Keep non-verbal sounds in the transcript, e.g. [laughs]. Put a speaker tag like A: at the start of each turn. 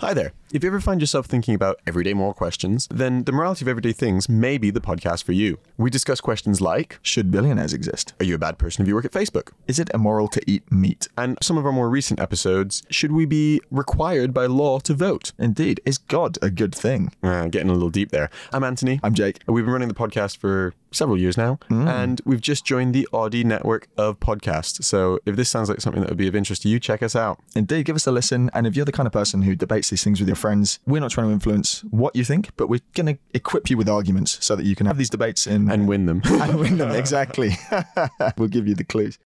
A: Hi there. If you ever find yourself thinking about everyday moral questions, then The Morality of Everyday Things may be the podcast for you. We discuss questions like
B: Should billionaires exist?
A: Are you a bad person if you work at Facebook?
B: Is it immoral to eat meat?
A: And some of our more recent episodes Should we be required by law to vote?
B: Indeed, is God a good thing?
A: Uh, getting a little deep there. I'm Anthony.
B: I'm Jake.
A: We've been running the podcast for several years now, and we've just joined the Audi network of podcasts. So if this sounds like something that would be of interest to you, check us out.
B: Indeed, give us a listen. And if you're the kind of person who debates these things with your friends, we're not trying to influence what you think, but we're going to equip you with [laughs] arguments so that you can have these debates in
A: And win them. [laughs]
B: and win them. Exactly. [laughs] we'll give you the clues.